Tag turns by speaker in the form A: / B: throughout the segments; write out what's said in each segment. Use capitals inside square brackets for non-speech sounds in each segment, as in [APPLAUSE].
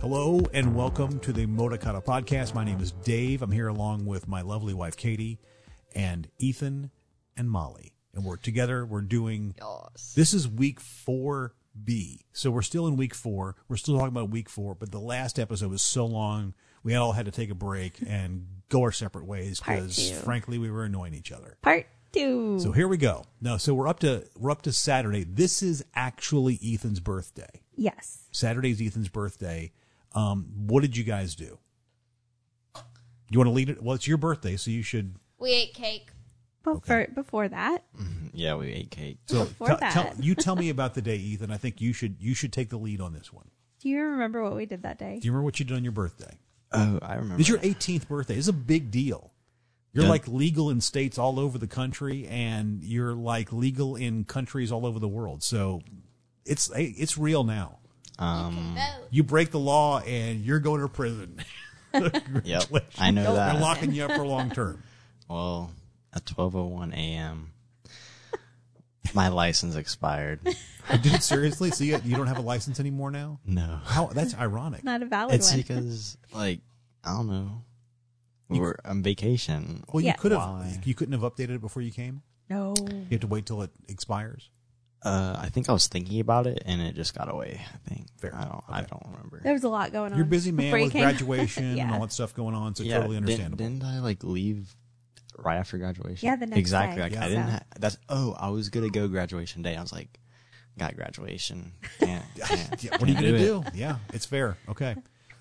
A: Hello and welcome to the Motocotta podcast. My name is Dave. I'm here along with my lovely wife Katie and Ethan and Molly. And we're together. We're doing
B: Yes.
A: this is week 4B. So we're still in week 4. We're still talking about week 4, but the last episode was so long. We all had to take
B: [LAUGHS]
A: a break and go our separate ways
B: Part
A: because
B: two.
A: frankly we were annoying each other.
B: Part two.
A: So here we go. No, so we're up to we're up to Saturday. This is actually Ethan's birthday.
B: yes.
A: Saturday's Ethan's birthday. Um, what did you guys do? You want to lead it? Well, it's your birthday, so you should.
C: We ate cake.
D: But
A: Okay.
D: for, before that,
E: Yeah, we ate cake.
A: So
D: Before
A: tell-
D: that.
A: tell- you tell
D: [LAUGHS]
A: me about the day, Ethan. I think you should you should take the lead on this one.
D: do you remember what we did that day?
A: Do you remember what you did on your birthday?
E: Oh, I remember.
A: It's your 18th birthday. It's a big deal. You're
E: Yeah.
A: like legal in states all over the country, and you're like legal in countries all over the world. So it's hey, it's real now.
E: Um,
C: Vote.
A: You break the law, and you're going to prison.
E: yep, I know
A: They're
E: that.
A: locking you up for long term.
E: well, at 12:01 a.m., my license expired.
A: Dude, seriously? So you, you don't have a license anymore now?
E: [LAUGHS] No,
A: How that's ironic.
D: Not a valid
E: it's
D: one.
E: because like I don't know. We were on vacation.
A: Well,
D: Yeah.
A: you could have
E: Why?
A: you couldn't have updated it before you came.
D: no.
A: You have to wait till it expires.
E: Uh, I think I was thinking about it, and it just got away. I think.
A: Fair.
E: I don't. I
A: Okay.
E: don't remember.
D: There was a lot going on.
A: You're a busy
D: Um, before
A: man
D: you
A: with
D: came. [LAUGHS]
A: graduation
D: yeah.
A: and all that stuff going on, so
E: yeah,
A: totally
E: didn't-
A: understandable.
E: Didn't, I like leave right after graduation?
D: Yeah, the next
E: exactly.
D: day.
E: Like
A: Yeah.
E: I didn't.
D: So-
E: Ha- that's oh, I was gonna go graduation day. I was like, got graduation. Can't,
A: [LAUGHS]
E: can't,
A: Yeah, what are you
E: can't
A: gonna
E: it.
A: do? Yeah, it's fair. Okay.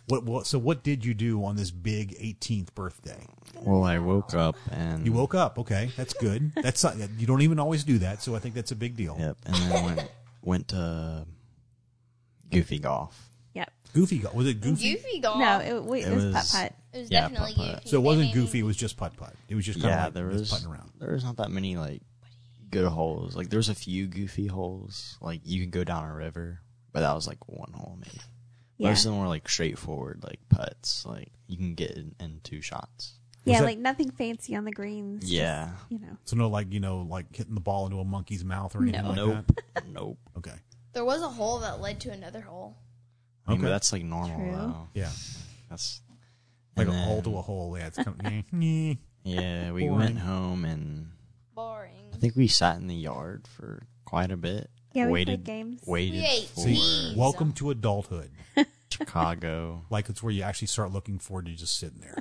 A: What, what so what did you do on this big 18th birthday?
E: Well, I woke up and
A: You woke up, okay? That's good. That's not- you don't even always do that, so I think that's a big deal.
E: Yep, and then went went to Goofy Golf.
D: Yep.
A: Goofy go- was it goofy?
C: Goofy golf.
D: No, it, we, it,
E: It
D: was,
E: was-
D: putt putt.
C: it was
E: Yeah,
C: definitely
E: Papa.
C: goofy.
A: So it wasn't
C: They made
A: goofy. It
C: me-
A: was just putt putt. It was just kind
E: Yeah,
A: of
E: there
A: like just
E: was
A: putting around.
E: there was not that many like good holes. Like there was a few goofy holes. Like you could go down a river, but that was like one hole maybe.
D: Yeah.
E: Most of them were like straightforward, like putts. Like you can get in, in two shots.
D: Yeah,
A: that-
D: like nothing fancy on the greens. just,
E: Yeah.
D: you know.
A: So no, like you know, like hitting the ball into a monkey's mouth or anything
D: No.
A: like
E: nope.
A: that.
E: Nope.
A: Okay.
C: There was a hole that led to another hole.
E: I mean,
A: Okay.
E: but that's like normal
D: True.
E: though.
A: Yeah.
E: That's
A: Like
E: and
A: a hole
E: then-
A: to a hole. Yeah,
E: [LAUGHS]
A: it's kind of. yeah.
E: Yeah, we
A: Boring.
E: went home and
C: Boring.
E: I think we sat in the yard for quite a bit.
D: Yeah, we played
E: waited
D: games.
E: Waited
C: We ate
E: for
C: cheese.
A: Welcome to adulthood.
E: Chicago,
A: Like it's where you actually start looking forward to just sitting
E: [LAUGHS]
A: there.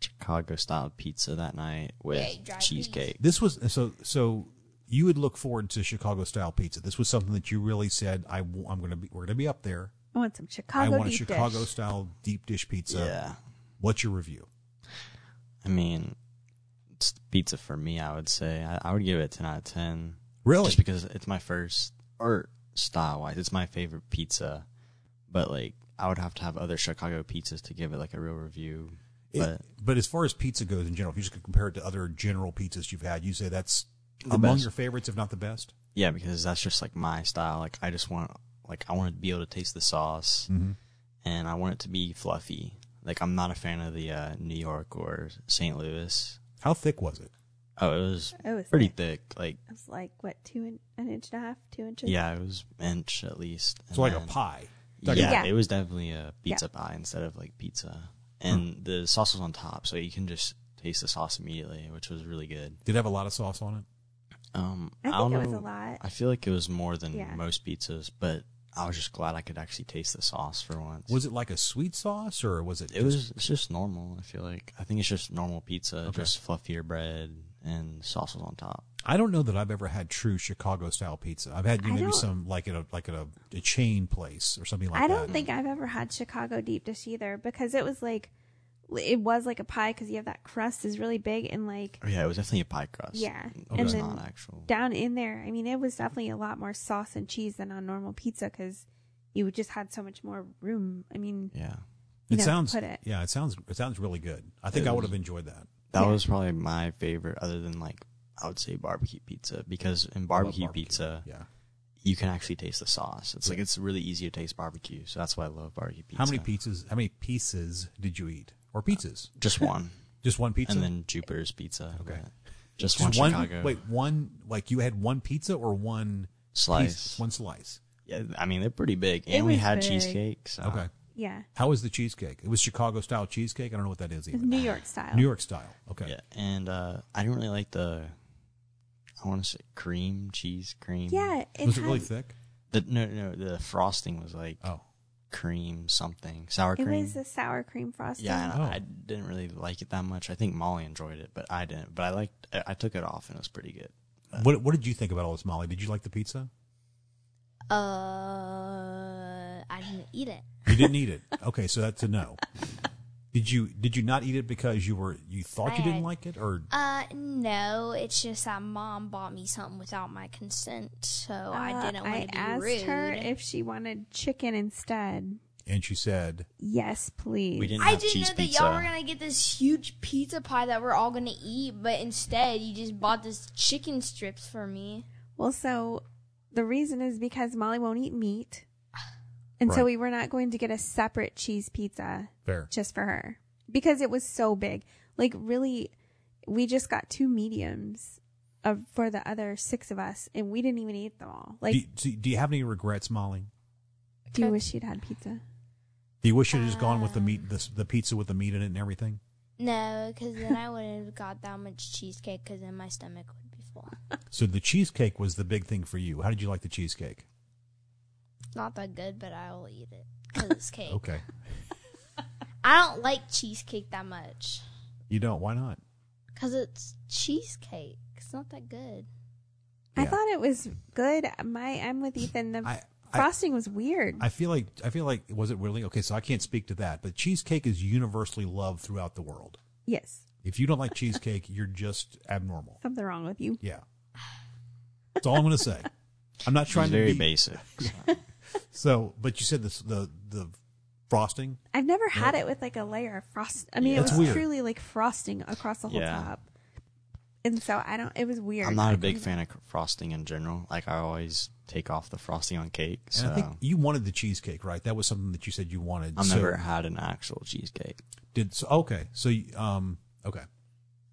E: Chicago style pizza that night with
C: ate dried
E: cheesecake.
A: This was so so. You would look forward to Chicago style pizza. This was something that you really said, I, am going to be. We're going to be up there.
D: I want some Chicago
A: I want a
D: deep
A: Chicago
D: dish.
A: style deep dish pizza.
E: Yeah,
A: What's your review?
E: I mean, it's pizza for me. I would say I, I would give it a ten out of ten,
A: Really?
E: just because it's my first or style wise, it's my favorite pizza. But like, I would have to have other Chicago pizzas to give it like a real review.
A: It-
E: But
A: but as far as pizza goes in general, if you just could compare it to other general pizzas you've had, you say that's
E: The
A: among
E: best.
A: your favorites, if not the best.
E: yeah, because that's just like my style. Like, I just want like I want to be able to taste the sauce.
A: Mm-hmm.
E: and I want it to be fluffy. Like I'm not a fan of the uh, New York or St. Louis.
A: How thick was it?
E: Oh, it was
D: It was
E: pretty
D: thick.
E: thick. Like
D: It was like, what, two in, an inch and a half, two inches?
E: yeah, it was inch at least.
A: So
E: And
A: like a
E: then-
A: pie.
E: Yeah,
A: Like a-
D: Yeah.
E: it was definitely a pizza pie instead of like pizza. And the sauce was on top, so you can just taste the sauce immediately, which was really good.
A: Did it have a lot of sauce on it?
E: Um,
D: I think
E: don't
D: it was
E: know-
D: a lot.
E: I feel like it was more than
D: Yeah.
E: most pizzas, but I was just glad I could actually taste the sauce for once.
A: Was it like a sweet sauce or was it?
E: It was it's just normal. I feel like I think it's just normal pizza,
A: Okay.
E: just fluffier bread and sauces on top.
A: I don't know that I've ever had true Chicago style pizza. I've had you know,
D: I
A: maybe
D: don't-
A: some like at a like at a, a chain place or something like
D: I
A: that.
D: don't think I've ever had Chicago deep dish either because it was like, it was like a pie because you have that crust is really big and like
E: Oh, yeah, it was definitely a pie crust.
D: Yeah,
E: it was
A: and
D: then-
E: not actual.
D: down in there. I mean, it was definitely a lot more sauce and cheese than on normal pizza because you just had so much more room. I mean,
E: yeah,
D: you
A: it
D: know,
A: sounds
D: put it.
A: yeah, it sounds it sounds really good. I think
E: It
A: I would
E: was-
A: have enjoyed that.
E: that
D: Yeah.
E: was probably my favorite, other than like I would say barbecue pizza because in barbecue,
A: I love
E: pizza
A: yeah.
E: you can actually taste the sauce. It's like
A: Yeah.
E: it's really easy to taste barbecue, so that's why I love barbecue pizza.
A: How many pizzas? How many pieces did you eat? Or pizzas?
E: Just one,
A: Just one pizza?
E: and then Jupiter's Pizza.
A: Okay.
E: but just,
A: Just
E: one, Chicago
A: Wait, one like you had one pizza or one
E: slice.
A: piece? One slice.
E: Yeah, I mean they're pretty big,
D: It
E: and we
D: was
E: had
D: big.
E: cheesecake. So
A: Okay.
D: Yeah.
A: How was the cheesecake? It was Chicago style cheesecake. I don't know what that is
D: It's
A: even.
D: New York style.
A: New York style. Okay.
E: Yeah, and uh, I didn't really like the. I want to say cream cheese cream.
D: Yeah. It
A: was it
D: had,
A: really thick?
E: The, no, no, the frosting was like
A: Oh,
E: cream something sour
D: It
E: cream.
D: was a sour cream frosting.
E: yeah, and
A: Oh.
E: I didn't really like it that much. I think Molly enjoyed it, but I didn't. But I liked. I, I took it off, and it was pretty good.
A: what what did you think about all this, Molly? Did you like the pizza?
C: Uh, I didn't eat it.
A: You didn't
D: [LAUGHS]
A: eat it. Okay, so that's a no. Did you did you not eat it because you were you thought you
C: I-
A: didn't like it or
C: Uh, no, it's just that mom bought me something without my consent, so Oh, I
D: Uh,
C: didn't want to be
D: asked
C: rude.
D: her if she wanted chicken instead.
A: and she said
D: Yes, please.
E: We didn't
C: I
E: have
C: didn't know
E: cheese
C: that
E: pizza.
C: y'all were gonna get this huge pizza pie that we're all gonna eat, but instead you just bought this chicken strips for me.
D: Well, so the reason is because Molly won't eat meat. And
A: Right.
D: so we were not going to get a separate cheese pizza
A: fair.
D: just for her because it was so big. Like, really, we just got two mediums of, for the other six of us, and we didn't even eat them all. Like,
A: do, you, so do you have any regrets, Molly?
D: do you wish she'd had pizza?
A: Do you wish you had just gone with the meat, the, the pizza with the meat in it and everything?
C: No, because then I wouldn't have got that much cheesecake, because then my stomach would be full.
A: So the cheesecake was the big thing for you. How did you like the cheesecake?
C: Not that good, but I will eat it
A: [LAUGHS]
C: because it's cake.
A: Okay,
C: I don't like cheesecake that much
A: you don't. Why not?
C: because it's cheesecake. It's not that good.
D: I
A: Yeah.
D: thought it was good. My, I'm with Ethan. The
A: I- I-
D: frosting was weird.
A: I feel like I feel like was it really okay? So I can't speak to that, but cheesecake is universally loved throughout the world.
D: yes,
A: If you don't like cheesecake, [LAUGHS] you're just abnormal.
D: something wrong with you.
A: Yeah, that's all I'm going to say. I'm not
E: It was
A: trying
E: very
A: to be
E: basic. so.
A: so. But you said this, the the frosting.
D: I've never had it with like a layer of frost. I mean, it
E: Yeah.
A: That's
D: was
A: weird.
D: truly like frosting across the whole
E: Yeah.
D: top. And so I don't. It was weird.
E: I'm not a big fan of frosting in general. Like I always take off the frosting on cake.
A: And
E: So
A: I think you wanted the cheesecake, right? That was something that you said you wanted.
E: I've
A: so
E: never had an actual cheesecake.
A: did so. Okay, so you- um, okay,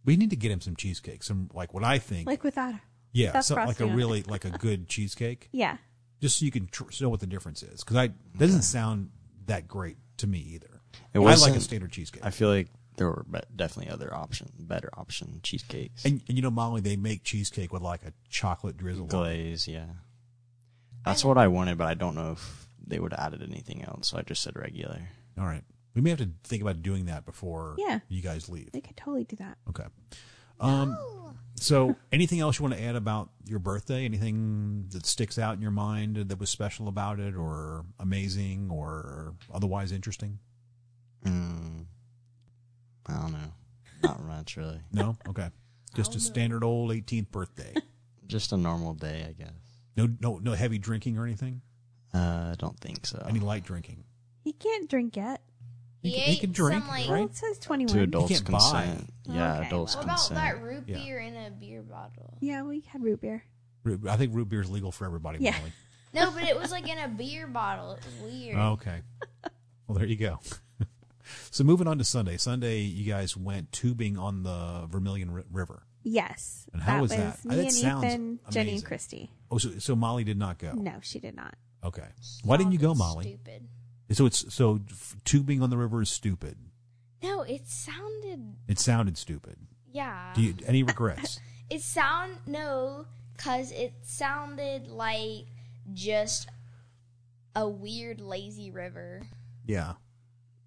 A: we need to get him some cheesecake. Some like what I think.
D: like without.
A: yeah,
D: that's
A: some, like a
D: frosting on it.
A: really like a good cheesecake.
D: Yeah,
A: just so you can tr- know what the difference is. Because I that doesn't sound that great to me either.
E: It
A: I like a
E: wasn't-
A: standard cheesecake.
E: I feel like there were be- definitely other option, better option cheesecakes.
A: and, and you know, Molly, they make cheesecake with like a chocolate drizzle. on it.
E: glaze, yeah. That's what I wanted, but I don't know if they would have added anything else. So I just said regular.
A: All right, we may have to think about doing that before
D: Yeah.
A: you guys leave.
D: they could totally do that.
A: Okay. Um, so, anything else you want to add about your birthday? Anything that sticks out in your mind that was special about it, or amazing, or otherwise interesting?
E: Mm, I don't know. Not much really.
A: No. Okay. Just a standard old 18th birthday.
E: Just a normal day, I guess.
A: No, no, no heavy drinking or anything.
E: Uh, I don't think so.
A: Any light drinking.
D: He can't drink yet.
A: He
C: He
A: can- he
C: ate
A: can drink,
C: some,
A: Right?
C: like,
D: Well, it says twenty-one.
E: to adults
A: can't buy.
E: consent.
D: Oh,
E: Yeah,
D: okay,
E: adults
D: well.
C: What about
E: consent.
C: that root
A: Yeah.
C: beer in a beer bottle?
D: Yeah, we had root beer.
A: Root- I think root beer is legal for everybody.
D: Yeah.
A: Molly.
C: No, but it was like in a beer bottle. It was weird.
A: Oh, okay. Well, there you go. [LAUGHS] so moving on to Sunday. Sunday, you guys went tubing on the Vermilion Ri- River.
D: Yes,
A: And how
D: that
A: was
D: was
A: that?
D: me
A: That
D: and
A: sounds
D: Ethan, Jenny, and
A: amazing.
D: Christy.
A: Oh, so, so Molly did not go.
D: No, she did not.
A: Okay. Why didn't you go,
C: Sounded
A: Molly?
C: Stupid.
A: So it's so f- tubing on the river is stupid.
C: No, it sounded.
A: It sounded stupid.
C: Yeah.
A: Do you any
C: [LAUGHS]
A: regrets?
C: It sound no, cause it sounded like just a weird lazy river,
A: yeah.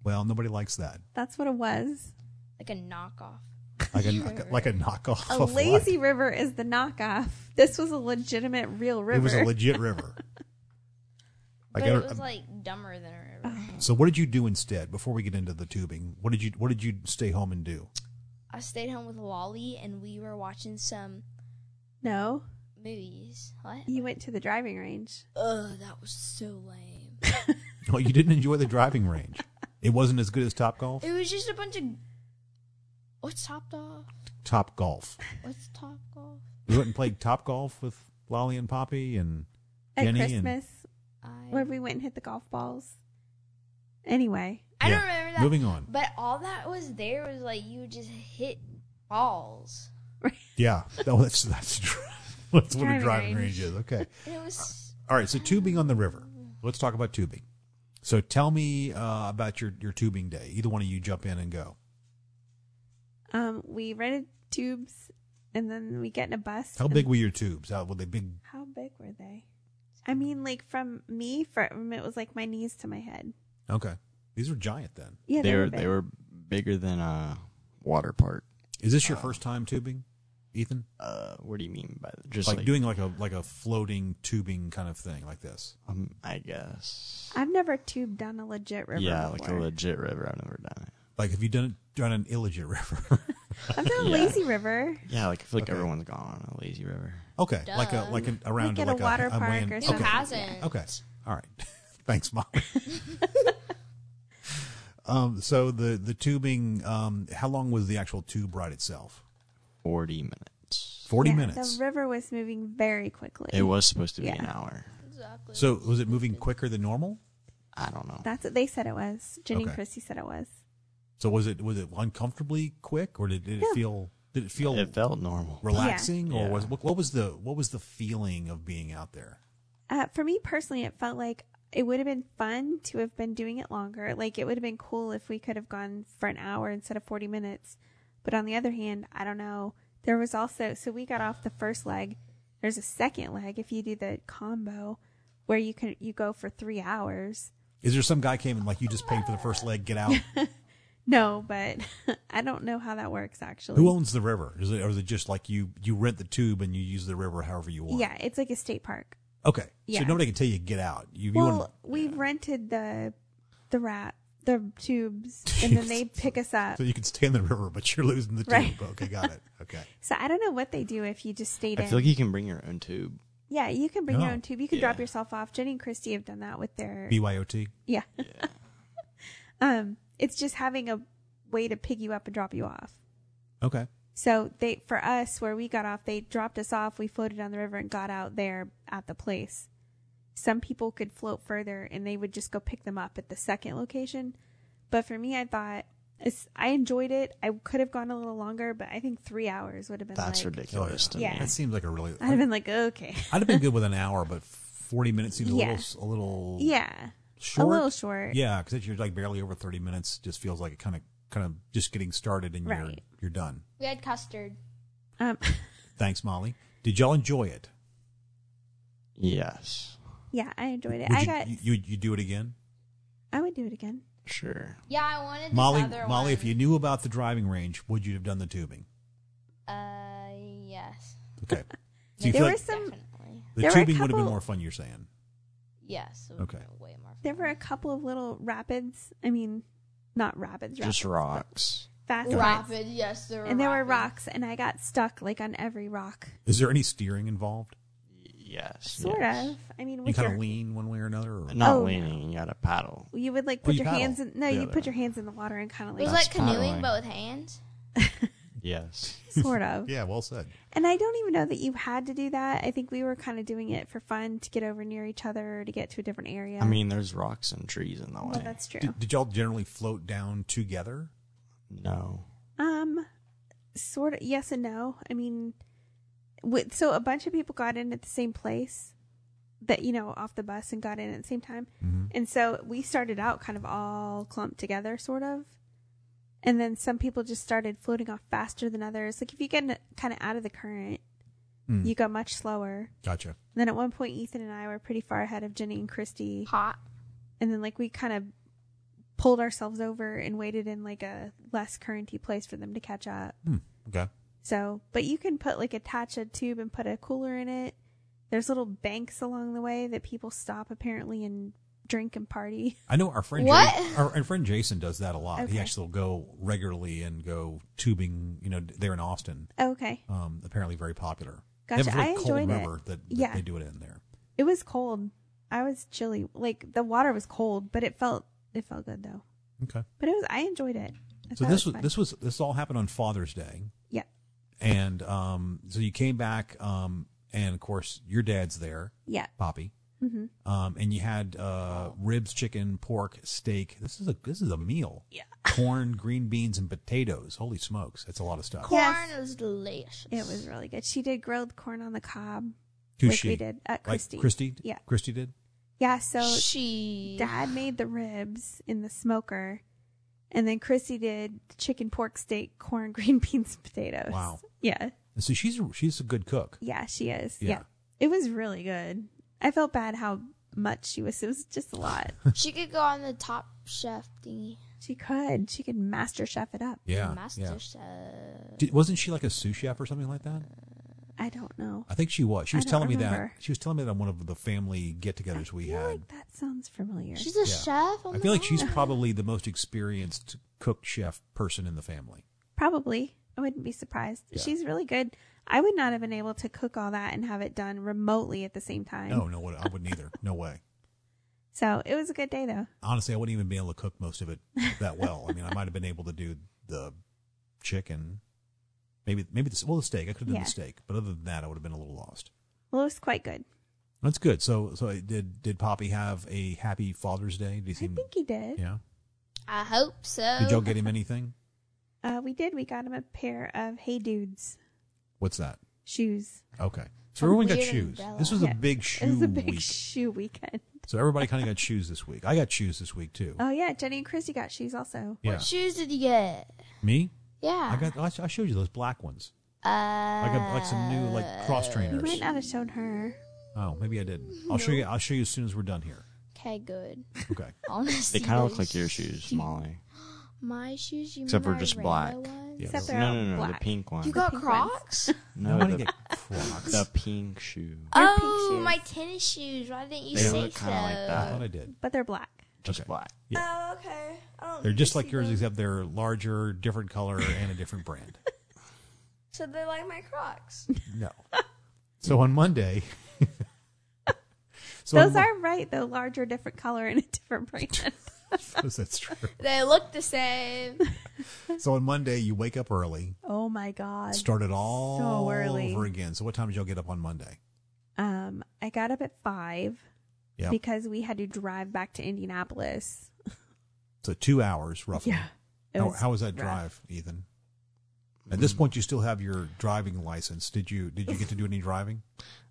A: Well, nobody likes that.
D: That's what
A: [LAUGHS]
D: it was.
C: like a knockoff. [LAUGHS]
A: Like a knock- like a knockoff.
D: A
A: of what?
D: lazy river is the knockoff. This was a legitimate, real river.
A: It was a legit river.
C: But
A: I
C: it
A: don't-
C: was like dumber than a river.
D: Oh.
A: So what did you do instead before we get into the tubing? What did you what did you stay home and do?
C: I stayed home with Lolly, and we were watching some
D: no,
C: movies. What?
D: you went to the driving range. [LAUGHS]
C: Ugh, that was so lame.
A: Well, you didn't enjoy the driving range. It wasn't as good as Top Golf.
C: It was just a bunch of what's topped off?
A: Top Golf.
C: What's top off?
A: We went and played Top Golf with Lolly and Poppy and
D: at
A: Jenny and
D: Christmas
C: I
D: where we went and hit the golf balls. Anyway, [LAUGHS]
C: I don't
A: Yeah.
C: remember that.
A: Moving on.
C: But all that was there was like you would just hit balls.
A: yeah, no, that's that's [LAUGHS] that's what a
D: Driving
A: driving range.
D: range.
A: is. Okay,
C: And it was
A: all right. So tubing on the river. Let's talk about tubing. So tell me uh, about your, your tubing day. Either one of you jump in and go.
D: Um, we rented tubes, and then we get in a bus.
A: How
D: and-
A: big were your tubes? How were they big?
D: How big were they? I mean, like from me, from it was like my knees to my head.
A: Okay, these were giant then.
D: Yeah,
E: they, were
D: big.
E: they were bigger than a water park.
A: Is this your
E: Uh,
A: first time tubing, Ethan?
E: Uh, what do you mean by that? just
A: like,
E: like,
A: doing like a like a floating tubing kind of thing like this.
E: Um, I guess.
D: I've never tubed down a legit river.
E: yeah, like
D: before.
E: a legit river. I've never done it.
A: Like have you done it done an illegit [LAUGHS] river?
D: I've done a
E: [LAUGHS] Yeah.
D: lazy river.
E: Yeah, like I feel like
A: Okay.
E: everyone's gone on a lazy river.
A: okay, like a
C: Duh.
A: like an, around
D: Like at a
A: like
D: water park
A: land-
D: or
C: Who
A: Uh, okay.
D: something.
C: hasn't?
A: Okay, all right. [LAUGHS] Thanks,
D: [LAUGHS]
A: mom. um, so the the tubing. Um, how long was the actual tube ride itself?
E: Forty minutes.
A: Forty
D: Yeah,
A: minutes.
D: The river was moving very quickly.
E: It was supposed to be
D: Yeah.
E: an hour.
C: Exactly.
A: So was it moving quicker than normal?
E: I don't know.
D: That's what they said it was. Jenny and
A: Okay.
D: Christie said it was.
A: So was it was it uncomfortably quick, or did, did it
D: No.
A: feel did it feel
E: It felt normal.
A: relaxing, or
E: Yeah.
A: was what, what was the what was the feeling of being out there?
D: Uh, for me personally, it felt like it would have been fun to have been doing it longer. Like it would have been cool if we could have gone for an hour instead of 40 minutes. But on the other hand, I don't know. There was also, so we got off the first leg. There's a second leg if you do the combo where you can, you go for three hours.
A: Is there some guy came and like you just paid for the first leg, get
D: [LAUGHS]
A: out?
D: No, but [LAUGHS] I don't know how that works actually.
A: Who owns the river? Is it or is it just like you you rent the tube and you use the river however you want?
D: yeah, it's like a state park.
A: Okay.
D: Yeah.
A: So nobody can tell you get out. You, you
D: well,
A: want
D: we rented the, the rat, the tubes,
A: [LAUGHS]
D: and then they pick us up.
A: so you can stay in the river, but you're losing the tube.
D: Right.
A: [LAUGHS] Okay, got it.
D: [LAUGHS]
A: Okay.
D: So I don't know what they do if you just stayed
E: I
D: in.
E: feel like you can bring your
D: [LAUGHS]
E: own tube.
D: yeah, you can bring your
A: No.
D: own tube. You can drop
E: Yeah.
D: yourself off. Jenny and Christy have done that with their
A: BYOT.
D: yeah.
E: Yeah.
D: Um, it's just having a way to pick you up and drop you off.
A: Okay.
D: So they for us where we got off, they dropped us off. We floated down the river and got out there at the place. Some people could float further and they would just go pick them up at the second location. But for me, I thought it's, I enjoyed it. I could have gone a little longer, but I think three hours would have been
E: That's
D: like,
E: ridiculous to
D: Yeah.
E: me.
A: That seems like a really.
D: I'd have been like, okay,
A: I'd
D: [LAUGHS]
A: have been good with an hour, but forty minutes seems
D: Yeah.
A: a little a little
D: yeah,
A: short.
D: a little short.
A: Yeah, because you're like barely over thirty minutes. Just feels like it kind of kind of just getting started and you're
D: Right.
A: you're done.
C: we had custard.
D: Um, [LAUGHS]
A: Thanks, Molly. Did y'all enjoy it?
E: Yes.
D: yeah, I enjoyed it.
A: Would
D: I
A: you,
D: got.
A: you, you you do it again,
D: I would do it again.
E: Sure.
C: Yeah, I wanted this
A: Molly.
C: other
A: Molly,
C: one.
A: if you knew about the driving range, would you have done the tubing?
C: Uh, yes.
D: [LAUGHS]
A: Okay, so you
D: there
A: feel
D: were
A: like
D: some.
C: Definitely.
A: the
D: there were a
A: tubing would have been
D: couple-
A: more fun. You're saying
C: Yes. it would've
A: Okay.
C: been Way more fun.
D: There were a couple of little rapids. I mean, not rapids. rapids
E: Just rocks.
D: but Fast rides.
C: Rapid, yes, there were
D: And there were
C: rapids.
D: rocks, and I got stuck like on every rock,
A: is there any steering involved?
E: Yes.
D: sort
E: yes.
D: of. I mean,
A: you
D: with
A: kind of
D: your,
A: lean one way or another. Or?
E: Not
D: Oh,
E: leaning. You got to paddle.
D: you would like
A: Oh,
D: put
A: you
D: your
A: paddle.
D: hands in. No,
E: Yeah,
D: you put your
E: there.
D: hands in the water and kind of
C: It was
A: [LAUGHS]
D: like
E: That's
C: like canoeing,
E: paddling.
C: but with hands.
E: Yes.
D: [LAUGHS] sort of.
A: Yeah, well said.
D: And I don't even know that you had to do that. I think we were kind of doing it for fun to get over near each other, to get to a different area.
E: I mean, there's rocks and trees in the way.
D: well, Oh, that's true.
A: Did, did y'all generally float down together?
E: no.
D: Um, sort of. Yes and no. I mean, with, so a bunch of people got in at the same place that you know off the bus and got in at the same time,
A: Mhm.
D: and so we started out kind of all clumped together, sort of. And then some people just started floating off faster than others. Like if you get kind of out of the current,
A: Mm,
D: you go much slower.
A: gotcha.
D: And then at one point, Ethan and I were pretty far ahead of Jenny and Christy,
C: Hot.
D: and then like we kind of pulled ourselves over and waited in like a less currenty place for them to catch up.
A: Hmm, okay.
D: So, but you can put like attach a tube and put a cooler in it. There's little banks along the way that people stop apparently and drink and party. [LAUGHS]
A: I know our friend
C: What?
A: Ja- our, our friend Jason does that a lot. He
D: Okay.
A: actually will go regularly and go tubing. You know, there in Austin,
D: Okay,
A: um, apparently very popular. they
D: gotcha.
A: have a really
D: I
A: cold
D: enjoyed
A: river
D: it.
A: That, that
D: Yeah.
A: they do it in there.
D: It was cold. I was chilly. Like the water was cold, but it felt it felt good though.
A: Okay.
D: But it was I enjoyed it. I
A: So
D: thought it
A: this was
D: fun.
A: this was this all happened on Father's Day,
D: yeah
A: and um, so you came back, um, and of course your dad's there,
D: yeah
A: Poppy,
D: hmm
A: um, and you had uh, ribs, chicken, pork, steak. This is a this is a meal.
D: Yeah.
A: [LAUGHS] Corn, green beans, and potatoes. Holy smokes, that's a lot of stuff.
D: Cool.
C: Corn
D: Yes.
C: was delicious.
D: it was really good. She did grilled corn on the cob
A: Who's
D: like
A: she?
D: we did at
A: Like
D: Christie.
A: Christy?
D: Yeah.
A: Christy did.
D: Yeah, so
C: she
D: Dad made the ribs in the smoker, and then Chrissy did chicken, pork, steak, corn, [LAUGHS] green beans, and potatoes.
A: Wow.
D: Yeah.
A: And so she's a, she's a good cook.
D: Yeah, she is.
A: Yeah.
D: Yeah. It was really good. I felt bad how much she was. It was just
A: [LAUGHS]
D: a lot.
C: she could go on the top chef thingy.
D: she could. She could master chef it up.
A: Yeah,
C: Master
A: yeah.
C: chef.
A: Did, wasn't she like a sous chef or something like that?
D: I don't know.
A: I think she was. She
D: I
A: was
D: don't
A: telling me
D: remember.
A: that. She was telling me that on one of the family
D: I
A: get-togethers we
D: feel
A: had.
D: like that sounds familiar.
C: She's a
A: Yeah.
C: chef. Oh
A: I feel
C: my
A: like she's
C: God.
A: probably the most experienced cook chef person in the family.
D: Probably. I wouldn't be surprised.
A: Yeah.
D: She's really good. I would not have been able to cook all that and have it done remotely at the same time.
A: No, no, what I wouldn't either. No way.
D: So it was a good day though.
A: Honestly, I wouldn't even be able to cook most of it that well. I mean, I might have been able to do the chicken, maybe maybe the well the steak. I could have done
D: Yeah.
A: the steak, but other than that, I would have been a little lost.
D: Well, it was quite good.
A: That's good. So so it did did Poppy have a happy Father's Day? Did he
D: I
A: seem?
D: think he did.
A: Yeah.
C: I hope so.
A: Did y'all get him anything?
D: Uh, we did. We got him a pair of Hey Dudes
A: What's that?
D: shoes.
A: Okay. So
C: A
A: everyone got
C: weird
A: shoes.
C: umbrella.
A: This was a
D: Yeah.
A: big shoe
D: [LAUGHS] it was a big
A: week.
D: shoe weekend.
A: so everybody kind of got shoes this week. I got shoes this week too.
D: Oh yeah, Jenny and Chrissy got shoes also.
A: yeah.
C: What shoes did you get?
A: Me?
C: Yeah.
A: I got. I sh- I showed you those black ones.
C: Uh,
A: I got like some new like cross
D: You might
A: trainers.
D: not have shown her.
A: Oh, maybe I didn't. I'll show you. I'll show you as soon as we're done here.
C: Okay, good.
A: Okay.
C: Honestly,
E: They kind of look
C: those
E: like your shoes, Molly.
C: My shoes, you
E: Except
C: mean
E: for
C: my
E: just
C: rainbow
E: black.
C: ones?
A: Yeah.
D: [LAUGHS] Except
A: those-
D: they're
E: no,
D: all
E: no, no,
D: black.
E: the pink one.
C: You got
D: pink ones.
C: Crocs?
E: no,
A: Nobody
E: the,
A: get Crocs.
E: the pink shoe.
D: They're pink
C: oh,
D: shoes.
C: my tennis shoes. Why didn't you
E: They
C: say
E: look
C: so?
E: kinda like
A: I
E: that.
A: thought I did.
D: But they're black.
E: Just
A: Okay.
E: black.
A: Yeah.
C: Oh, okay. I don't
A: They're
C: need
A: just
C: to
A: like
C: see
A: yours,
C: them.
A: except they're larger, different
D: [LAUGHS]
A: color, and a different brand.
C: So they're like my Crocs.
D: [LAUGHS]
A: No. So on Monday. [LAUGHS] so on
D: Those
A: Mon-
D: are right though, larger, different color, and [LAUGHS] a different brand.
A: [LAUGHS] Yes, that's true.
C: [LAUGHS] they look the same.
A: So on Monday, you wake up early,
D: oh my god.
A: start it all
D: So early.
A: over again. So what time did y'all get up on Monday?
D: Um, I got up at five
A: Yeah.
D: because we had to drive back to Indianapolis.
A: So two hours roughly.
D: It
A: How,
D: was
A: how was that
D: rough.
A: drive, Ethan? At
E: Mm.
A: this point, you still have your driving license. Did you did you get to do any driving?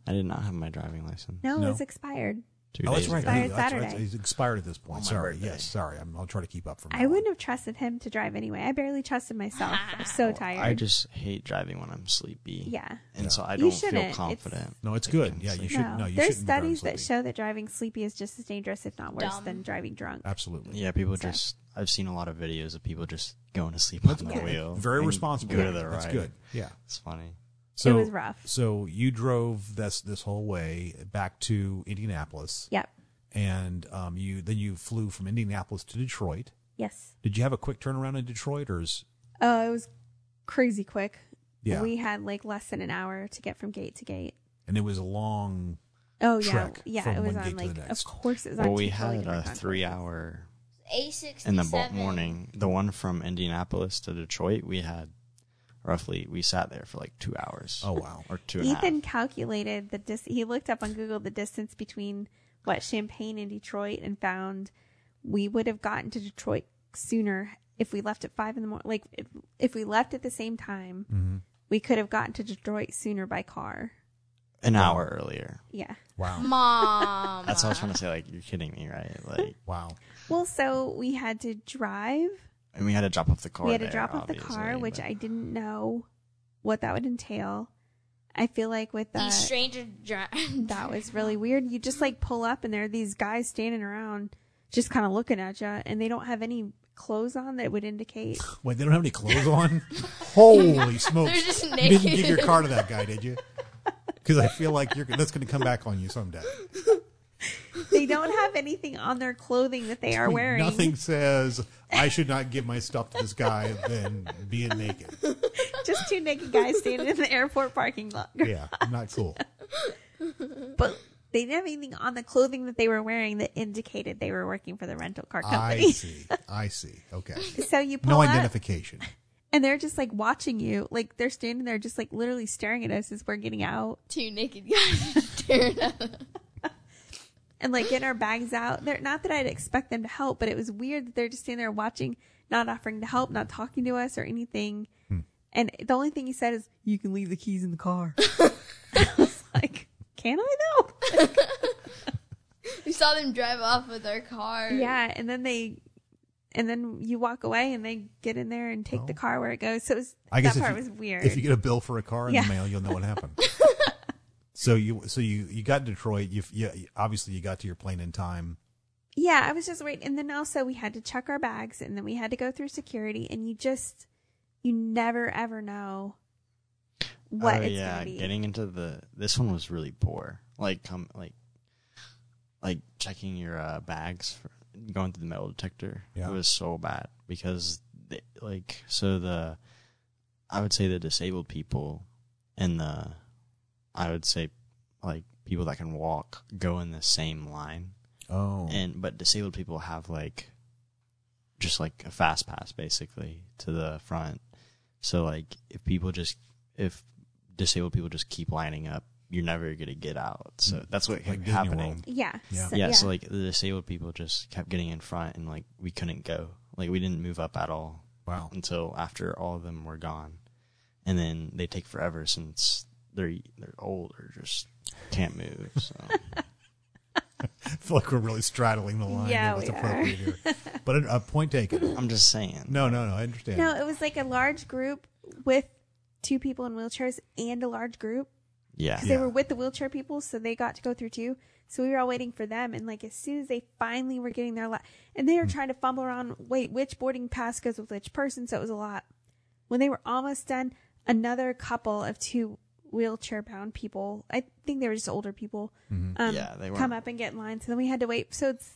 E: I did not have my driving license.
D: No,
A: No.
D: it's expired.
E: Two
A: oh, that's
E: days
A: right.
E: ago.
D: Expired
A: That's right.
D: Saturday.
A: It's expired at this point.
E: On my
A: sorry.
E: birthday.
A: Yes. Sorry. I'm, I'll try to keep up from.
D: I wouldn't have trusted him to drive anyway. I barely trusted myself.
A: [LAUGHS]
D: I'm so tired.
E: I just hate driving when I'm sleepy.
D: Yeah.
E: And
A: Yeah.
E: so I
D: You
E: don't
D: shouldn't.
E: feel
D: It's-
E: confident.
A: No, it's
E: Like,
A: good.
E: I'm
A: Yeah, you
E: sleepy.
A: should. No, you
D: There's
A: shouldn't. drive
D: studies that
A: sleepy.
D: show that driving sleepy is just as dangerous, if not worse,
C: Dumb.
D: than driving drunk.
A: Uh, Absolutely.
E: Yeah, people
D: So-
E: just. I've seen a lot of videos of people just going to sleep
A: That's
E: on the
A: good.
E: wheel.
A: Very
E: and
A: responsible.
E: Go to the
A: That's
E: right.
A: good. Yeah.
E: It's funny.
A: So
D: was rough.
A: So you drove this this whole way back to Indianapolis,
D: Yep.
A: and um, you then you flew from Indianapolis to Detroit.
D: Yes.
A: Did you have a quick turnaround in Detroit, or is
D: Oh, it was crazy quick.
A: yeah?
D: We had like less than an hour to get from gate to gate.
A: and it was a long.
D: Oh yeah,
A: Trek
D: yeah.
A: from
D: It
A: one
D: was
A: gate
D: on
A: to the
D: like,
A: next.
D: of course, it was on.
E: Well, we
D: two totally
E: had a
D: different
E: three
D: continents.
E: hour
C: A sixty
E: in the bo- morning. The one from Indianapolis to Detroit, we had roughly. We sat there for like two hours.
A: Oh wow.
E: [LAUGHS] or two and a half.
D: Ethan calculated the dis. He looked up on Google the distance between what Champagne and Detroit, and found we would have gotten to Detroit sooner if we left at five in the morning. Like if, if we left at the same time,
E: Mm-hmm.
A: Mhm.
D: we could have gotten to Detroit sooner by car.
E: an hour earlier.
D: Yeah.
A: Wow.
C: Mom.
E: That's what I was trying to say. Like, you're kidding me, right? Like,
A: Wow.
D: Well, so we had to drive.
E: and we had to drop off the car.
D: we had to
E: there,
D: drop off the car,
E: obviously,
D: which
E: but-
D: I didn't know what that would entail. I feel like with
C: These
D: that,
C: stranger dri- [LAUGHS]
D: that was really weird. You just like pull up and there are these guys standing around just kind of looking at you and they don't have any clothes on that
A: [LAUGHS]
D: would indicate.
A: Wait, they don't have any
C: [LAUGHS]
A: clothes on. Holy
C: They're
A: smokes!
C: just
A: You didn't give
C: naked.
A: your car to that guy, did you? Because I feel like you're that's going to come back on you someday.
D: they don't have anything on their clothing that they are wearing.
A: Nothing says I should not give my stuff to this guy than being naked.
D: [LAUGHS] Just two naked guys standing in the airport parking lot.
A: Yeah, not cool.
D: But they didn't have anything on the clothing that they were wearing that indicated they were working for the rental car
A: I
D: company. [LAUGHS]
A: see. I see. Okay.
D: so you pull
A: No
D: up.
A: identification.
D: and they're just like watching you like they're standing there just like literally staring at us as we're getting out
C: two naked guys [LAUGHS] staring at us.
D: and like getting our bags out they're not that i'd expect them to help but it was weird that they're just standing there watching not offering to help not talking to us or anything
A: Hmm.
D: and the only thing he said is you can leave the [LAUGHS] keys in the car i was like can i though
C: We saw them drive off with our car.
D: Yeah, and then they, and then you walk away, and they get in there and take the
A: Oh.
D: car where it goes. So it was,
A: I guess
D: that
A: if
D: part
A: you-
D: was weird.
A: If you get a bill for a car in
D: Yeah.
A: the mail, you'll know what happened.
D: [LAUGHS]
A: so you so you you got Detroit. You, you obviously you got to your plane in time.
D: yeah, I was just waiting, and then also we had to check our bags, and then we had to go through security, and you just, you never ever know what
E: Oh,
D: it's
E: yeah,
D: gonna be.
E: getting into the this one was really poor. Like come like like checking your uh, bags, for, going through the metal detector.
A: Yeah.
E: It was so bad because they, like so the I would say the disabled people and the I would say like people that can walk go in the same line
A: Oh,
E: and but disabled people have like just like a fast pass basically to the front so like if people just if disabled people just keep lining up you're never gonna get out so that's what
A: Mm. Like
E: kept
A: Disney
E: happening
A: World.
D: yeah,
A: Yeah.
D: so-
E: yeah, so like the disabled people just kept getting in front and like we couldn't go like we didn't move up at all
A: wow.
E: until after all of them were gone and then they take forever since they're they're old or just can't move
A: [LAUGHS]
E: so
A: I feel like we're really straddling the line.
D: Yeah,
A: of what's
D: we are.
A: appropriate here. But a, a point
D: [LAUGHS]
A: taken.
E: i'm just saying
A: No, no, no. I understand.
D: no, it was like a large group with two people in wheelchairs and a large group
E: yeah
D: because
A: Yeah.
D: they were with the wheelchair people, so they got to go through too. So we were all waiting for them, and like as soon as they finally were getting their lot, and they were trying to fumble around, wait, which boarding pass goes with which person? So it was a lot. When they were almost done, another couple of two wheelchair bound people, I think they were just older people, um,
E: Yeah, they
D: come
E: weren't-
D: up and get in line. So then we had to wait. So it's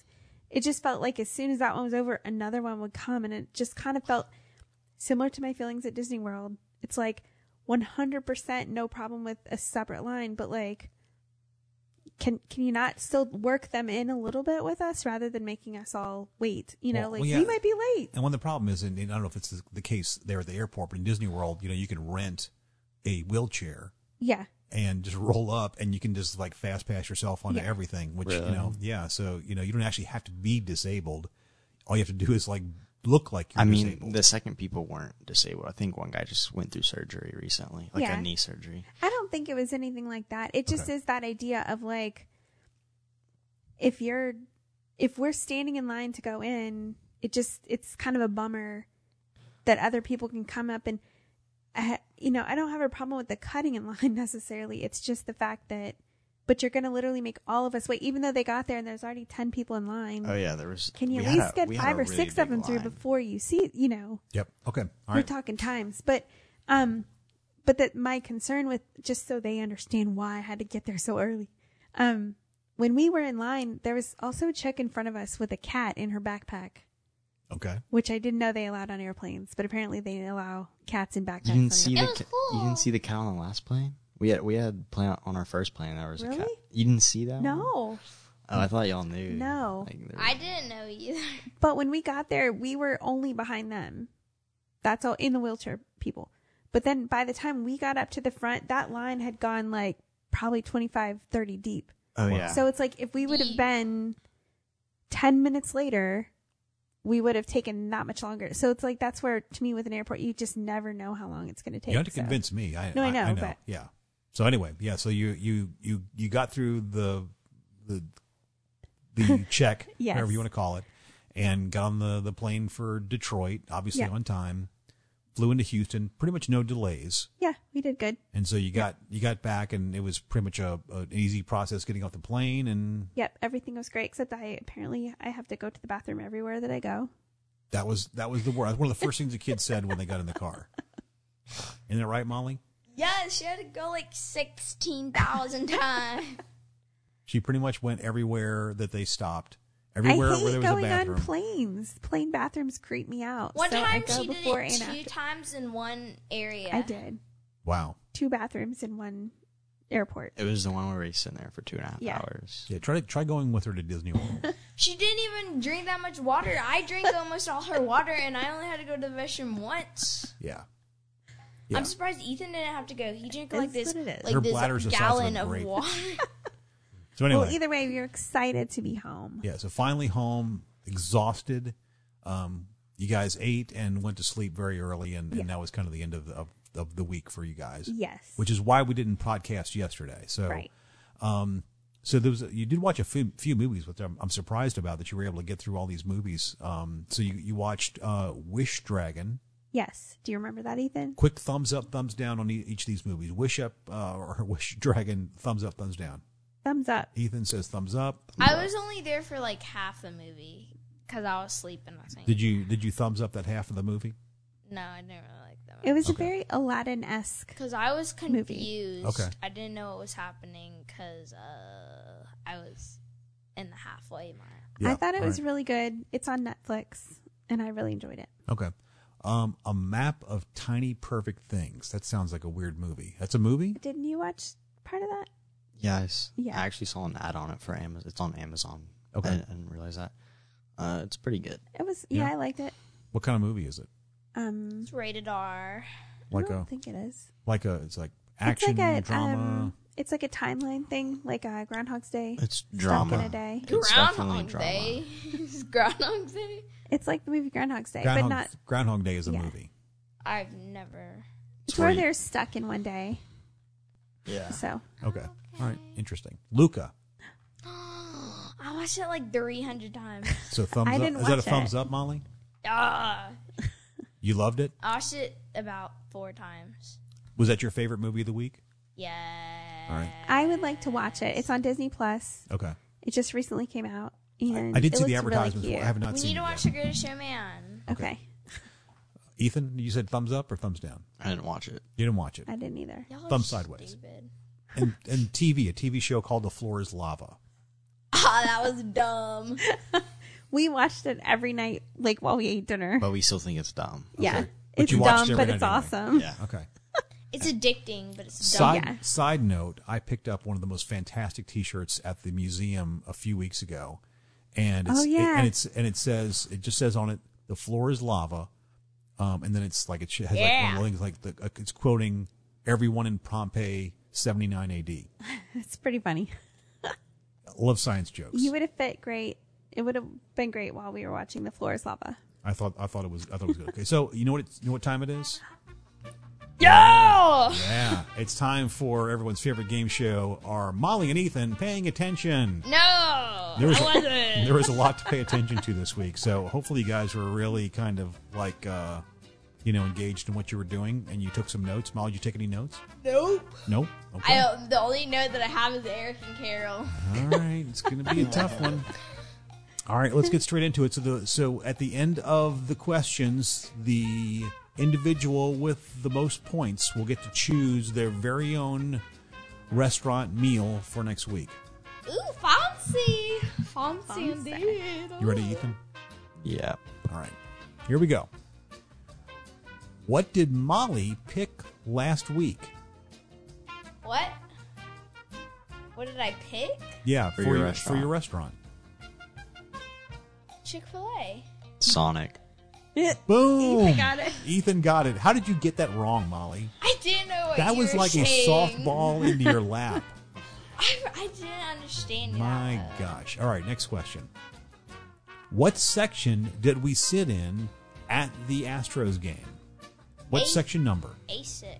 D: it just felt like as soon as that one was over, another one would come, and it just kind of felt similar to my feelings at Disney World. It's like 100% no problem with a separate line, but like can can you not still work them in a little bit with us rather than making us all wait? You know,
A: Well-
D: like
A: well, yeah. Uh,
D: we might be late.
A: And one of the problem is, and I don't know if it's the- the case there at the airport, but in Disney World, you know, you can rent a wheelchair
D: Yeah.
A: and just [LAUGHS] roll up and you can just like fast pass yourself onto
D: Yeah.
A: everything, which, you
E: Really?
A: know, yeah. So, you know, you don't actually have to be disabled. All you have to do is like look like you're
E: I mean,
A: disabled.
E: the second people weren't disabled. I think one guy just went through surgery recently, like
D: Yeah.
E: a knee surgery.
D: I don't think it was anything like that. It just
A: Okay.
D: is that idea of like if you're if we're standing in line to go in, it just it's kind of a bummer that other people can come up and uh, you know, I don't have a problem with the cutting in [LAUGHS] line necessarily. It's just the fact that but you're going to literally make all of us wait even though they got there and there's already 10 people in line.
E: Oh yeah, there was.
D: Can you
E: we
D: at
E: had
D: least
E: a-
D: get
E: we had
D: five
E: a
D: or
E: really
D: six of
E: big
D: them through
E: line.
D: before you see, you know?
A: yep. Okay. All
D: we're
A: right.
D: talking times but um but that my concern with just so they understand why i had to get there so early um when we were in line there was also a chick in front of us with a cat in her backpack
A: Okay.
D: which i didn't know they allowed on airplanes but apparently they allow cats in backpacks
E: You
D: on
E: didn't see
C: It
E: the
C: was
E: ca-
C: cool.
E: you didn't see the cow on the last plane. We had we had plane on our first plane. There was a cat.
D: Really?
E: You didn't see that?
D: airplanes.
E: one?
D: no
E: Oh, I thought y'all knew.
D: No.
E: Like, there
C: I
E: was-
C: didn't know either.
D: but when we got there we were only behind them that's all in the wheelchair people but then by the time we got up to the front that line had gone like probably 25 30 deep
E: Oh yeah.
D: So it's like if we would have been 10 minutes later, we would have taken that much longer. So it's like that's where, to me, with an airport, you just never know how long it's going to take.
A: You had to
D: so.
A: convince me. I,
D: No, I know,
A: I, know.
D: but-
A: Yeah. So anyway, yeah. So you you you you got through the the
D: [LAUGHS]
A: the check,
D: Yes.
A: whatever you want to call it, and got on the the plane for Detroit, obviously
D: Yeah.
A: on time. Flew into Houston, pretty much no delays,
D: Yeah, we did good.
A: and so you got you got back, and it was pretty much a, a an easy process getting off the plane, and
D: Yep, everything was great except I apparently I have to go to the bathroom everywhere that I go.
A: that was that was the word. That's one of the first things the kids said when they got in the car. Isn't that right, Molly?
C: Yeah, she had to go like 16,000 [LAUGHS] times.
A: She pretty much went everywhere that they stopped, everywhere
D: I hate
A: where there was
D: going
A: a bathroom.
D: on planes. Plane bathrooms creep me out.
C: One
D: so I
C: time
D: go
C: she did
D: before
C: it
D: and
C: two
D: after.
C: times in one area.
D: I did
A: Wow.
D: two bathrooms in one airport.
E: it was the one where we were sitting there for two and a half
D: Yeah.
E: hours.
A: Yeah, try to try going with her to Disney World.
C: She didn't even drink that much water.
D: [LAUGHS]
C: I drank almost all her water, and I only had to go to the restroom once.
A: [LAUGHS] yeah. Yeah.
C: I'm surprised Ethan didn't have to go. He drank
D: That's
C: like this,
D: what it is.
C: like
A: Her
C: this
A: bladder's the size of a
C: gallon of,
A: grape.
D: [LAUGHS]
C: water.
A: So anyway,
D: Well, either way, you're excited to be home.
A: yeah. So finally home, exhausted. Um, you guys ate and went to sleep very early, and,
D: Yeah.
A: and that was kind of the end of the, of, of the week for you guys,
D: Yes.
A: which is why we didn't podcast yesterday. So
D: right.
A: um, So there was you did watch a few, few movies, which I'm, I'm surprised about that you were able to get through all these movies. Um, so you you watched uh, Wish Dragon.
D: Yes. Do you remember that, Ethan?
A: Quick thumbs up, thumbs down on e- each of these movies. Wish up uh, or [LAUGHS] Wish Dragon. Thumbs up, thumbs down.
D: Thumbs up.
A: Ethan says thumbs up.
C: I was only there for like half the movie because I was sleeping. I think.
A: Did you did you thumbs up that half of the movie?
C: No, I didn't really like that.
D: It was
A: Okay.
D: a very Aladdin esque.
C: because I was
D: Movie.
C: confused.
A: Okay.
C: I didn't know what was happening because uh, I was in the halfway mark.
A: Yeah,
D: I thought it
A: all
D: was
A: right.
D: really good. It's on Netflix, and I really enjoyed it.
A: okay. Um, a map of tiny perfect things. That sounds like a weird movie. That's a movie.
D: Didn't you watch part of that?
E: Yes.
D: Yeah.
E: I actually saw an ad on it for Amazon. It's on Amazon.
A: Okay.
E: I, I didn't realize that. Uh, it's pretty good.
D: It was. Yeah,
A: Yeah.
D: I liked it.
A: What kind of movie is it?
D: Um,
C: It's rated R.
A: Like
D: I don't
A: a
D: think it is.
A: like a it's like action
D: Mm-hmm. it's like a
A: drama.
D: Um, it's like a timeline thing, like uh, Groundhog's Day.
E: It's
D: Stuck
E: drama.
D: in a day.
E: It's definitely
C: Groundhog
E: drama.
C: Day. [LAUGHS] Groundhog Day.
D: It's like the movie Groundhog's Day,
A: Groundhog,
D: but not.
A: Groundhog Day is a
D: yeah.
A: movie.
C: I've never.
D: It's
E: where
D: where
E: you-
D: they're stuck in one day.
E: Yeah.
D: So
A: Okay. All right. Interesting. Luca.
C: [GASPS] I watched it like
A: [LAUGHS]
C: 300 times.
A: So thumbs
D: I
A: up.
D: didn't
A: Is that a
D: watch
A: thumbs
D: it.
A: up, Molly?
C: Ah,
A: You loved it.
C: I watched it about four times.
A: Was that your favorite movie of the week?
C: Yeah.
A: All right.
D: I would like to watch it. It's on Disney Plus.
A: Okay.
D: It just recently came out, and
A: I did
D: it
A: see the
D: looks really
A: advertisements.
D: cute.
A: I have not
C: we
A: seen
C: need to
A: it
C: watch The
A: yet.
C: Greatest Showman.
D: okay.
A: Ethan, you said thumbs up or thumbs down?
E: I didn't watch it.
A: You didn't watch it.
D: I didn't either.
C: Y'all are
A: Thumb sideways.
C: Stupid. [LAUGHS]
A: And and TV, a TV show called The Floor Is Lava.
C: Ah, that was dumb.
D: We watched it every night, like while we ate dinner.
E: But we still think it's dumb.
D: yeah,
A: But
D: it's
A: you watched
D: dumb,
A: every
D: but
A: night
D: it's
A: anyway.
D: awesome.
E: Yeah.
A: Okay.
C: It's addicting, but it's dumb.
A: Side
D: Yeah.
A: side note, I picked up one of the most fantastic T-shirts at the museum a few weeks ago, and it's,
D: Oh, yeah.
A: it, and it's and it says it just says on it the floor is lava, um, and then it's like it sh- has like one
C: Yeah.
A: of the things like the, uh, it's quoting everyone in Pompeii seventy nine A.D.
D: It's pretty funny.
A: Love science jokes.
D: You would have fit great. It would have been great while we were watching The Floor is Lava.
A: I thought I thought it was I thought it was good. Okay, so you know what it's, you know what time it is? [LAUGHS]
C: Yo!
A: Yeah, it's time for everyone's favorite game show. Are Molly and Ethan paying attention?
C: No!
A: there was
C: I wasn't.
A: a, [LAUGHS] there was a lot to pay attention to this week. So hopefully you guys were really kind of like uh, you know engaged in what you were doing and you took some notes. Molly, did you take any notes?
C: nope.
A: No. Okay.
C: I, uh, the only note that I have is Eric and Carol.
A: All right, it's going to be a tough one. All right, let's get straight into it. So the so at the end of the questions, the individual with the most points will get to choose their very own restaurant meal for next week.
C: Ooh, fancy. Fancy
D: Fancy.
C: indeed.
A: You ready, Ethan?
E: Yeah.
A: All right. Here we go. What did Molly pick last week?
C: What? What did I pick?
A: Yeah,
E: For your
A: for
E: restaurant.
A: your restaurant.
C: Chick fil A.
E: Sonic.
A: Boom.
C: Ethan got it.
A: Ethan got it. How did you get that wrong, Molly?
C: I didn't know what
A: that
C: you
A: was
C: were
A: like
C: saying.
A: a softball into your lap.
C: [LAUGHS] I, I didn't understand it
A: My
C: that. well.
A: gosh. All right, next question. What section did we sit in at the Astros game? What
C: Eight.
A: section number?
C: A six,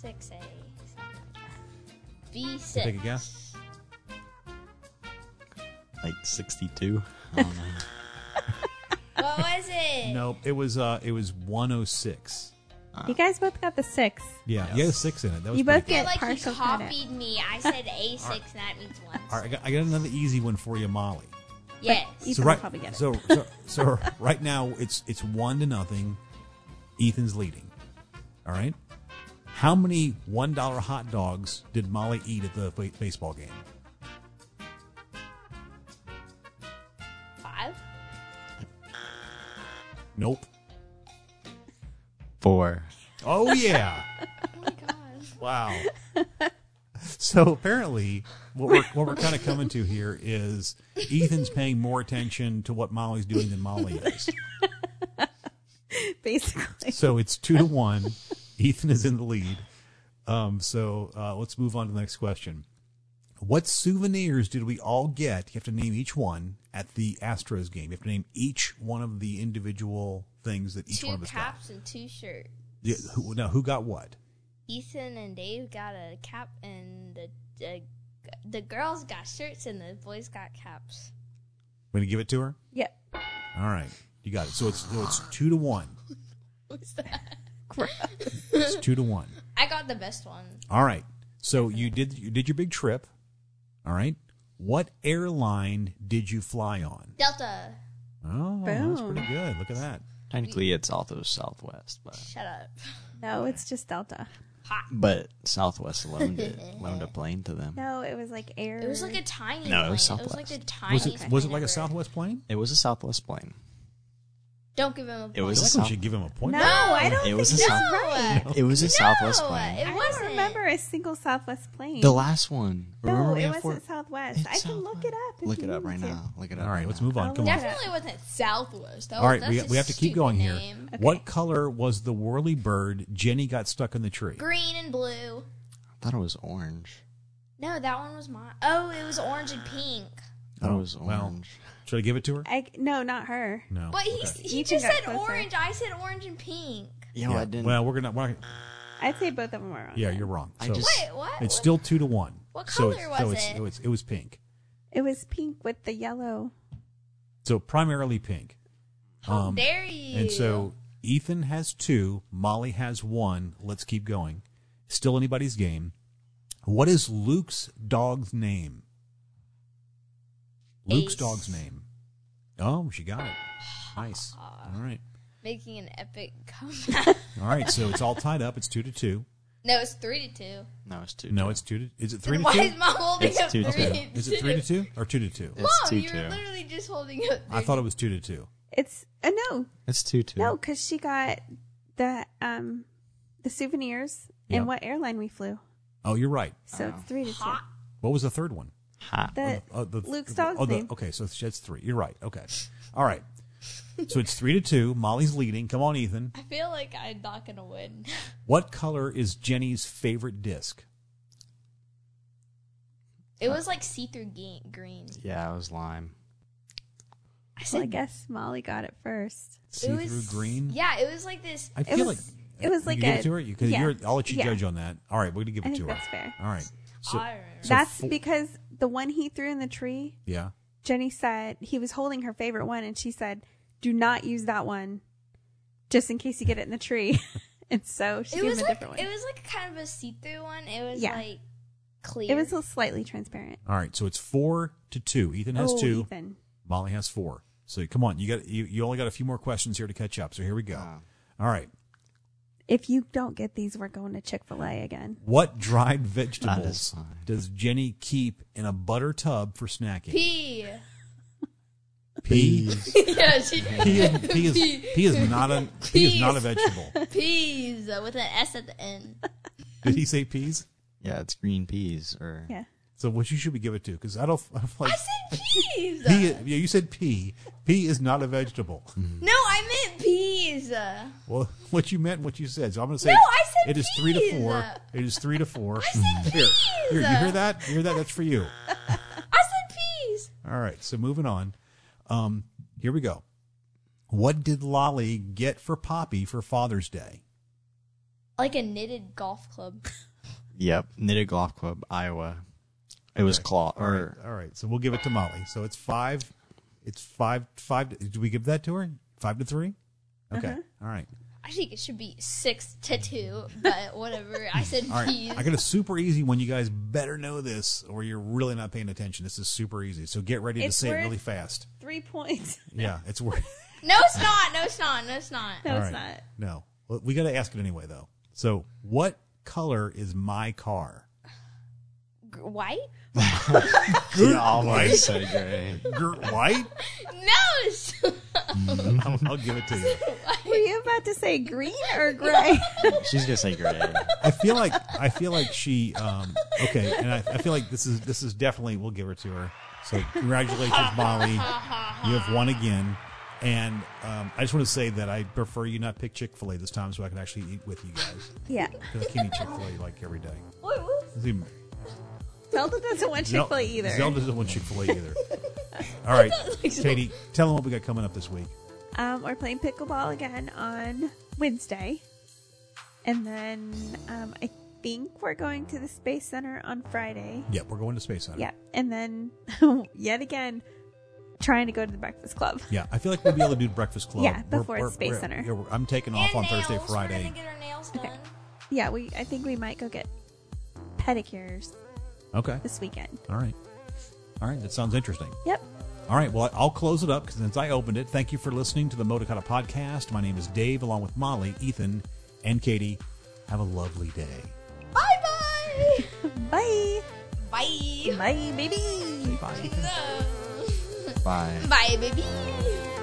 C: six A, B six.
A: Take a guess.
D: [LAUGHS]
E: Like Um, 62. I don't know.
C: What was it?
A: No, it was uh it was 106.
E: Ah.
D: You guys both got the six.
A: Yeah,
E: Yes.
A: you had a 6 in it. That was
D: You
A: pretty
D: both
A: good.
C: I
D: get
C: feel like he
D: partial credit.
C: copied me. I said A six, and that means one.
A: All right, I got, I got another easy one for you, Molly.
C: Yes.
D: You- Ethan will probably get it.
A: So, so, so right now it's it's one to nothing. Ethan's leading. All right. How many one dollar hot dogs did Molly eat at the ba- baseball game?
C: Five.
A: Nope.
E: Four.
A: Oh
D: [LAUGHS]
A: yeah!
C: Oh my gosh.
A: wow. So apparently, what we're what we're kind of coming to here is Ethan's paying more attention to what Molly's doing than Molly is.
D: [LAUGHS] Basically,
A: So it's two to one. Ethan is in the lead. Um, so uh, let's move on to the next question. What souvenirs did we all get? You have to name each one at the Astros game. You have to name each one of the individual things that each one
C: Two
A: of us
C: caps and two shirts.
A: got. Yeah, who, now, who got what?
C: Ethan and Dave got a cap and a, a the girls got shirts and the boys got caps.
A: We're gonna give it to her.
D: Yep.
A: All right, you got it. So it's so it's two to
C: [LAUGHS]
A: one.
C: What's that?
A: It's two to one.
C: I got the best one.
A: All right. So you did you did your big trip. All right. What airline did you fly on?
C: Delta.
A: Oh, that's pretty
D: Boom.
A: good. Look at that.
E: Technically, it's also Southwest, but
C: Shut up. [LAUGHS]
D: No, it's just Delta.
E: but Southwest
D: [LAUGHS]
E: loaned it, loaned a plane to them.
D: No, it was like air.
C: It was like a tiny.
E: No, it was
C: plane. It was like the
E: Southwest.
A: Was
C: tiniest.
A: it was it
C: plane
A: like a
C: ever.
A: Southwest plane?
E: It was a Southwest plane.
D: [LAUGHS]
C: Don't give him a.
E: It
A: I
E: was
A: feel
E: a
A: like we
E: South-
A: should give him a point.
D: no, I don't.
E: It was a
C: no.
E: South- It was a Southwest plane.
C: It
D: I
C: wasn't.
D: don't remember a single Southwest plane.
E: The last one. Remember
D: no,
E: we
D: it
E: had
D: wasn't
E: four-
D: Southwest.
E: It's
D: I can look
E: Southwest.
D: it up. If
E: Look
D: you
E: it up
D: need
E: right
D: to.
E: now. Look it up.
A: All right, let's move on. Come on.
C: Definitely wasn't Southwest. That
A: All right,
C: was,
A: we,
C: that's a
A: we have to keep
C: stupid
A: going here.
C: name.
A: What color was the whirly bird Jenny got stuck in the tree?
C: Green and blue.
E: I thought it was orange.
C: No, that one was mine. Oh, it was orange and pink.
E: I thought it was
A: Oh, well.
E: orange.
A: Should I give it to her?
D: I, no, not her.
A: No.
C: But he,
A: Oh, Okay.
C: he
D: You
C: just
D: can get
C: said
D: closer.
C: orange. I said orange and pink.
E: Yo,
A: Yeah.
E: I didn't.
A: Well, we're gonna. We're not,
D: I'd say both of them were wrong.
A: yeah, you're wrong.
E: I
A: So
E: just-
C: Wait, what?
A: it's
C: What-
A: still two to one.
C: What
A: So
C: color
A: it's- so
C: was
A: it's-
C: it?
A: it was it was pink.
D: It was pink with the yellow.
A: So primarily pink.
C: How dare you?
A: um, And so Ethan has two, Molly has one. Let's keep going. Still anybody's game. What is Luke's dog's name? Luke's
C: Ace.
A: dog's name. Oh, she got it. Nice. All right.
C: making an epic
D: [LAUGHS]
C: comeback.
A: All right. So it's all tied up. It's two to two.
C: no, it's three to two.
E: no, it's two.
A: No, it's two to. Is it three
C: Then
A: to
C: why
A: two?
C: is mom holding
E: It's
C: up
E: two to
C: three?
E: two.
A: Is it three to two or two to two?
E: It's
C: Mom,
E: two
C: you were
E: two.
C: literally just holding up.
A: I thought it was two to two.
D: It's uh, no,
E: It's two two.
D: no, because she got the um the souvenirs
A: Yeah.
D: and what airline we flew.
A: Oh, you're right.
D: So it's three to two.
C: Hot.
A: What was the third one?
E: Ha.
D: The,
A: Oh, the-
D: Luke's
A: the-
D: dog's
A: oh, the-
D: name.
A: Okay, so that's three. You're right. Okay, all right. So it's three to two. Molly's leading. Come on, Ethan.
C: I feel like I'm not gonna win.
A: What color is Jenny's favorite disc?
C: It
A: Uh,
C: was like see-through ge- green.
E: Yeah, it was lime.
D: Well,
C: I
D: I
C: said
D: guess Molly got it first.
A: See
C: it
A: through
C: was
A: green.
C: Yeah, it was like this.
A: I
D: It
A: feel
D: was-
A: like
D: it was
A: you
D: like
A: give it
D: a-
A: to her because
D: yeah,
A: you're. I'll let you
D: yeah.
A: judge on that. All right, we're gonna give it
D: I
A: to
D: think
A: her.
D: that's fair.
A: All right. So,
C: I remember.
A: so
D: That's
A: fo-
D: because the one he threw in the tree,
A: yeah.
D: Jenny said he was holding her favorite one, and she said, "Do not use that one, just in case you get it in the tree." [LAUGHS] and so she
C: It
D: gave
C: was
D: him a
C: like
D: different one.
C: it was like kind of a see-through one. It was
D: Yeah.
C: like clear.
D: It was a slightly transparent.
A: All right. So it's four to two. Ethan has
D: oh,
A: two.
D: Ethan.
A: Molly has four. So come on, you got you, you only got a few more questions here to catch up. So here we go.
E: Uh,
A: All right.
D: If you don't get these, we're going to Chick Fil A again.
A: What dried vegetables
E: fine.
A: does Jenny keep in a butter tub for snacking?
C: P. [LAUGHS]
A: Pea.
C: yeah, she
A: Pea is, pea is, pea is not a pea is not a vegetable.
C: [LAUGHS] peas uh, with an S at the end.
A: Did he say peas?
E: yeah, it's green peas or
D: Yeah.
A: So what you should be given to because I don't, I don't like
C: I said peas.
A: pea. Yeah, you said pea. Pea is not a vegetable.
C: no, I meant peas. I
A: Well, [LAUGHS] what you meant, what you said. So I'm going to say
C: No, I said
A: it is three to
C: peas.
A: four. It is three to four.
C: said
A: Here, here, you hear
C: peas.
A: that? You hear that? That's for you.
C: said peas.
A: All right, so moving on. Um, here we go. What did Lolly get for Poppy for Father's Day?
C: Like a knitted golf club.
E: Yep, Knitted Golf Club, Iowa. It was
A: Okay.
E: claw
A: All right,
E: or
A: all right. So we'll give it to Molly. So it's five. It's five. Five. Did we give that to her? Five to three. Okay.
D: Uh-huh.
A: All right.
C: I think it should be six to two, but whatever. I said
A: All right.
C: peas.
D: [LAUGHS]
A: I got a super easy one. You guys better know this, or you're really not paying attention. This is super easy. So get ready
D: It's
A: to say it
D: worth-
A: really fast.
D: Three points. [LAUGHS]
A: Yeah, it's worth.
C: No, it's not. No, it's not. No, it's not.
D: No,
A: All
D: it's
A: right.
D: not.
A: No, Well, we got to ask it anyway, though. So, what color is my
E: [LAUGHS]
A: car?
C: G- White?
E: Yeah, always so great.
A: Gr- white?
C: No. It's
A: [LAUGHS]
C: [LAUGHS]
A: I'll, I'll give it to you.
D: Were you about to say green [LAUGHS] or gray?
E: She's gonna say gray.
A: I feel like I feel like she. Um, okay, and I, I feel like this is this is definitely we'll give her to her. So, congratulations, Molly. You have won again. And um, I just want to say that I prefer you not pick Chick Fil A this time, so I can actually eat with you guys
D: yeah.
A: because I can't eat Chick Fil A like every day.
C: Wait, what?
A: It's even-
D: Zelda doesn't want Chick Fil A
A: Zel-
D: either.
A: Zelda doesn't want Chick Fil A either. All right,
C: like-
A: Katie, tell them what we got coming up this week.
D: Um, we're playing pickleball again on Wednesday, and then um, I think we're going to the Space Center on Friday.
A: Yep, we're going to Space Center.
D: Yeah. And then, [LAUGHS] yet again, trying to go to the Breakfast Club.
A: Yeah, I feel like we'll be able to do Breakfast Club.
D: [LAUGHS] Yeah, before it's Space Center.
A: yeah, we're- I'm taking off
C: And
A: on
C: nails.
A: Thursday,
C: We're
A: Friday.
C: gonna get our nails done.
D: Okay. Yeah, we. I think we might go get pedicures
A: Okay.
D: this weekend.
A: All right. All right. That sounds interesting.
D: Yep. [LAUGHS]
A: All right. Well, I'll close it up 'cause since I opened it, thank you for listening to the Motakata podcast. My name is Dave, along with Molly, Ethan, and Katie. Have a lovely day.
C: Bye
D: Bye.
C: bye. Bye.
D: Bye, baby.
A: Bye.
C: No.
E: Bye.
C: [LAUGHS] Bye, baby.